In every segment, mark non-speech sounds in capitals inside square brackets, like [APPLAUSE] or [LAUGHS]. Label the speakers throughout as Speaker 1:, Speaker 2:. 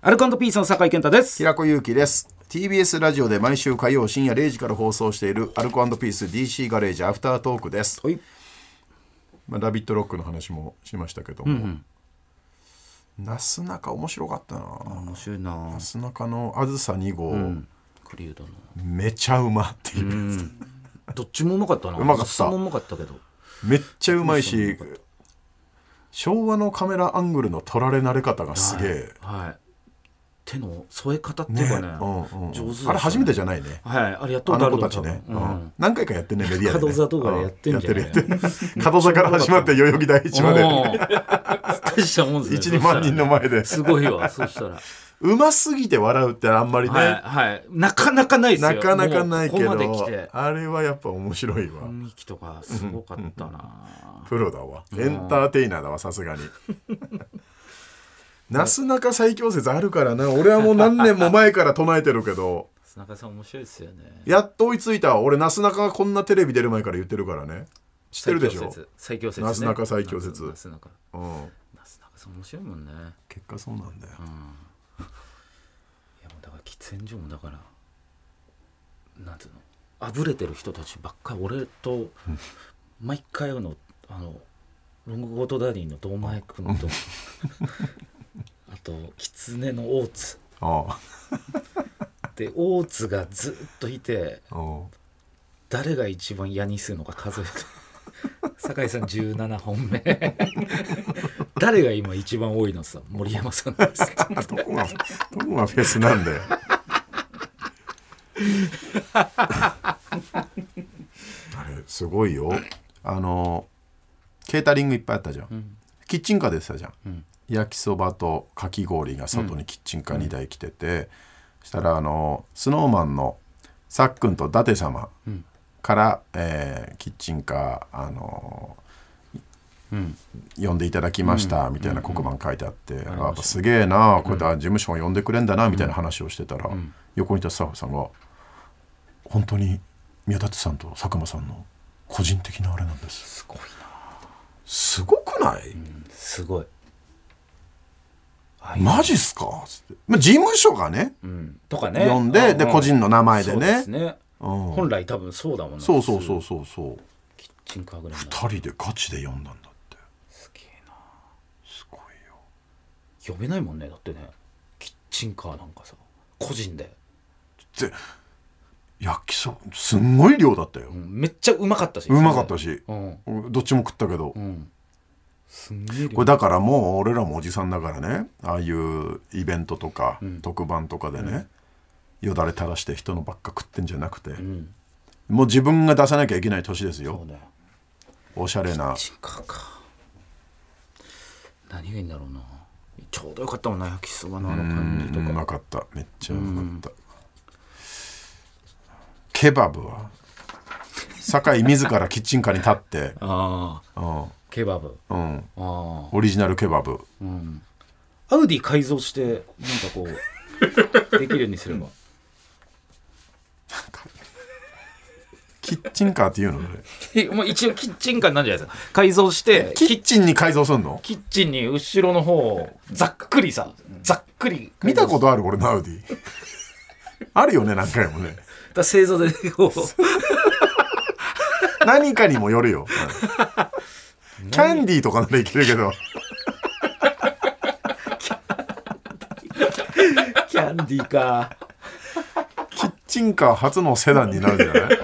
Speaker 1: アルコピースの酒井健太です。
Speaker 2: 平子祐希です TBS ラジオで毎週火曜深夜0時から放送しているアルコピース DC ガレージアフタートークです、
Speaker 1: はい。
Speaker 2: まあ、ラビットロックの話もしましたけども、なすなか面白かったな、
Speaker 1: 面白いな
Speaker 2: な。すなかのあずさ2号、
Speaker 1: 栗うどんの。
Speaker 2: めちゃうまっていう、
Speaker 1: どっちもうまかったな。
Speaker 2: うまかった
Speaker 1: どちもうまかったけど。
Speaker 2: めっちゃうまいし昭和のカメラアングルの撮られ慣れ方がすげえ、
Speaker 1: はい。手の添え方っていうかね。
Speaker 2: うんうん、
Speaker 1: 上手でしたね
Speaker 2: あれ初めてじゃないね
Speaker 1: はい。あれやったこ
Speaker 2: あ
Speaker 1: とある
Speaker 2: の子
Speaker 1: と
Speaker 2: たち
Speaker 1: 思う
Speaker 2: ね、
Speaker 1: 多分
Speaker 2: うん
Speaker 1: うん
Speaker 2: 何回かやってんねメディアで、ね、
Speaker 1: 角座とかやってんじゃない
Speaker 2: うやって [LAUGHS] るやってる角座から始まって代々木第一まで
Speaker 1: おー大したもんですね。
Speaker 2: 12万人の前で
Speaker 1: そしたら。すごいわ。そした
Speaker 2: [LAUGHS]
Speaker 1: ら。
Speaker 2: うますぎて笑うってあんまりね、
Speaker 1: はい。はい。なかなかないですよ。
Speaker 2: なかなかないけど
Speaker 1: もうここまで来て。
Speaker 2: あれはやっぱ面白いわ、
Speaker 1: 雰囲気とかすごかったな。
Speaker 2: プロだわエンターテイナーだわさすがに [LAUGHS] なすなか最強説あるからな俺はもう何年も前から唱えてるけど
Speaker 1: 田中さん面白いですよね。
Speaker 2: やっと追いついたわ俺なすなかがこんなテレビ出る前から言ってるからね知ってるでしょ、
Speaker 1: 最強説ね
Speaker 2: なすなか最強説
Speaker 1: なすなか
Speaker 2: うん、
Speaker 1: なすなかさん面白いもんねいやも
Speaker 2: 結果そうなんだよ、
Speaker 1: うだから喫煙所もだからなんていうのあぶれてる人たちばっかり俺
Speaker 2: [LAUGHS]
Speaker 1: と毎回会うのあのロングコートダディの堂前君
Speaker 2: [LAUGHS]
Speaker 1: とあと狐の大津
Speaker 2: あ
Speaker 1: で大津がずっといて
Speaker 2: あうん
Speaker 1: 誰が一番嫌にするのか数えて酒井さん17本目誰が今一番多いのさ森山さんです
Speaker 2: あどこがどこがフェスなんだよ [LAUGHS] あれすごいよあのケータリングいっぱいあったじゃん、キッチンカー出てたじゃん、
Speaker 1: ん
Speaker 2: 焼きそばとかき氷が外にキッチンカー2台来てて、そしたらあのスノーマンのさっくんと舘様から、えーキッチンカーあの
Speaker 1: うん
Speaker 2: 呼んでいただきましたみたいな黒板書いてあって、あやっぱすげえなこうやってあ事務所が呼んでくれんだなみたいな話をしてたら、横にいたスタッフさんが「本当に宮舘さんと佐久間さんの個人的なあれなんです
Speaker 1: すごい」
Speaker 2: すごくない、
Speaker 1: すごい、
Speaker 2: マジっすかつって、まあ、事務所がね
Speaker 1: うん、とかね
Speaker 2: 呼んでで個人の名前で
Speaker 1: そうで
Speaker 2: ね
Speaker 1: すね、本来多分そうだもんな
Speaker 2: そうそうそううそうそう
Speaker 1: キッチンカーぐらいな
Speaker 2: 2人でガチで呼んだんだって
Speaker 1: すげえな
Speaker 2: すごい
Speaker 1: 呼
Speaker 2: よ
Speaker 1: べないもんねだってねキッチンカーなんかさ個人で、
Speaker 2: で焼きそばすんごい量だったよ
Speaker 1: う、ん、めっちゃうまかったし
Speaker 2: うまかったし
Speaker 1: うん
Speaker 2: どっちも食ったけど、
Speaker 1: うんすんげえ量
Speaker 2: これだからもう俺らもおじさんだからねああいうイベントとか
Speaker 1: うん
Speaker 2: 特番とかでね、よだれ垂らして人のばっか食ってんじゃなくて、
Speaker 1: うん
Speaker 2: もう自分が出さなきゃいけない年です
Speaker 1: そう
Speaker 2: よ
Speaker 1: だよ
Speaker 2: おしゃれな
Speaker 1: キッチンカーか何がいいんだろうなちょうどよかったもんな焼きそばのあの感じと
Speaker 2: うんう
Speaker 1: か
Speaker 2: まかっためっちゃうまかった、ケバブは酒井自らキッチンカーに立 [LAUGHS] って、
Speaker 1: ああ
Speaker 2: うん
Speaker 1: ケバブ
Speaker 2: うん、
Speaker 1: ああ
Speaker 2: オリジナルケバブ
Speaker 1: うんアウディ改造してなんかこ
Speaker 2: [LAUGHS]
Speaker 1: うできるようにすれば
Speaker 2: [LAUGHS] キッチンカーっていうのね
Speaker 1: えまあ一応キッチンカーなんじゃないですか改造して
Speaker 2: キッチンに改造すんの
Speaker 1: キッチンに後ろの方をざっくりさざっくり
Speaker 2: 見たこととある俺のアウデ [LAUGHS] ィあるよね何回もね
Speaker 1: だ製造でこ
Speaker 2: [LAUGHS]
Speaker 1: う
Speaker 2: 何かにもよるよ、 [LAUGHS] キャンディーとかならいけるけど
Speaker 1: キャンディーか
Speaker 2: キッチンカー初のセダンになるんじゃない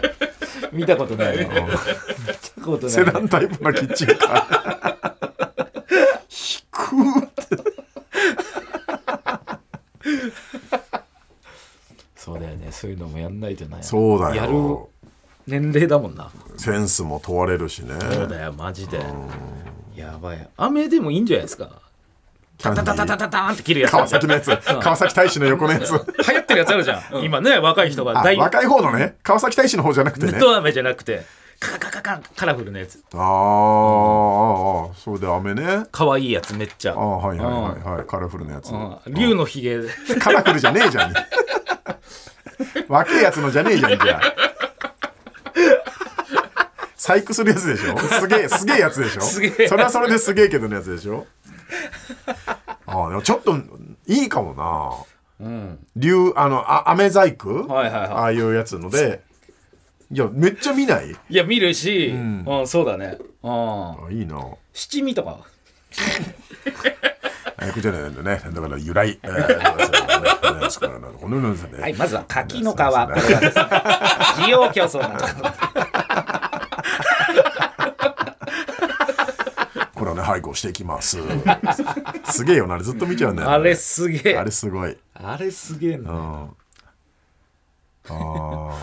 Speaker 1: 見たこと
Speaker 2: [LAUGHS]
Speaker 1: ないな見たことない
Speaker 2: セ
Speaker 1: な
Speaker 2: ダンタイプのキッチンカー低く
Speaker 1: そうだよねそういうのもやんないとない
Speaker 2: そうだよ
Speaker 1: やる年齢だもんな
Speaker 2: センスも問われるしね
Speaker 1: そうだよマジでやばい雨でもいいんじゃないですか
Speaker 2: キャンデ
Speaker 1: タ
Speaker 2: ィ
Speaker 1: タタタ
Speaker 2: ー
Speaker 1: タタンって切るやつ
Speaker 2: 川崎のやつ川崎大使の横のやつ
Speaker 1: 流行ってるやつあるじゃん、今ね若い人が
Speaker 2: あ
Speaker 1: 大
Speaker 2: 若い方のね川崎大使の方じゃなくてね
Speaker 1: ネット飴じゃなくてカカカカカカラフルなやつ
Speaker 2: あーあーあーそうで雨ね
Speaker 1: 可愛いやつめっちゃ
Speaker 2: ああはいはいはいはいカラフルなやつ
Speaker 1: うん竜のひげ [LAUGHS]
Speaker 2: カラフルじゃねえじゃん。若いやつのじゃねえじゃんじゃあ。細工するやつでしょすげえ、すげえやつでしょ
Speaker 1: すげえ
Speaker 2: それはそれですげえけどのやつでしょああ、でもちょっと、いいかもな
Speaker 1: うん
Speaker 2: 竜あのあ飴細工、
Speaker 1: はいはいはい
Speaker 2: ああいうやつのでいやめっちゃ見ない
Speaker 1: いや見るし、うんんそうだね、うん、
Speaker 2: あいいな
Speaker 1: 七味とか
Speaker 2: あいくじゃないんだねだから由来、えー、ですからねこの世の中で
Speaker 1: はいまずは柿 [LAUGHS] の皮これ
Speaker 2: そう
Speaker 1: は
Speaker 2: ですね
Speaker 1: ですね需要競争なんです [LAUGHS]
Speaker 2: これをね配合していきます [LAUGHS] すげえよなあれずっと見ちゃうんだよね
Speaker 1: あれすげえ
Speaker 2: あれすごい
Speaker 1: あれすげえ
Speaker 2: う
Speaker 1: なん
Speaker 2: あ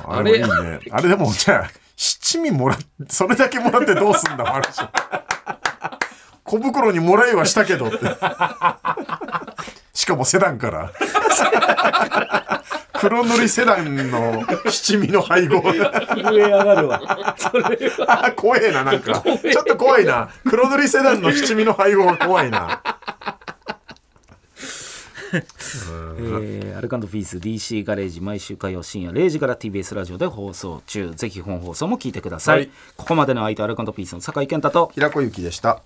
Speaker 2: ああ
Speaker 1: あ
Speaker 2: れ
Speaker 1: れ
Speaker 2: もいいねあれでもじゃあ七味もらっそれだけもらってどうすんだマルシ小袋にもらいはしたけどってしかもセダンから黒塗りセダンの七味の配
Speaker 1: [LAUGHS]
Speaker 2: 合
Speaker 1: 震え上がるわそれは
Speaker 2: あー怖えななんかちょっと怖いな黒塗りセダンの七味の配合が怖いな
Speaker 1: えーアルカンドピース DC ガレージ毎週火曜深夜0時から TBS ラジオで放送中ぜひ本放送も聞いてください、
Speaker 2: はい
Speaker 1: ここまでの相手アルカンドピースの酒井健太と
Speaker 2: 平子ゆきでした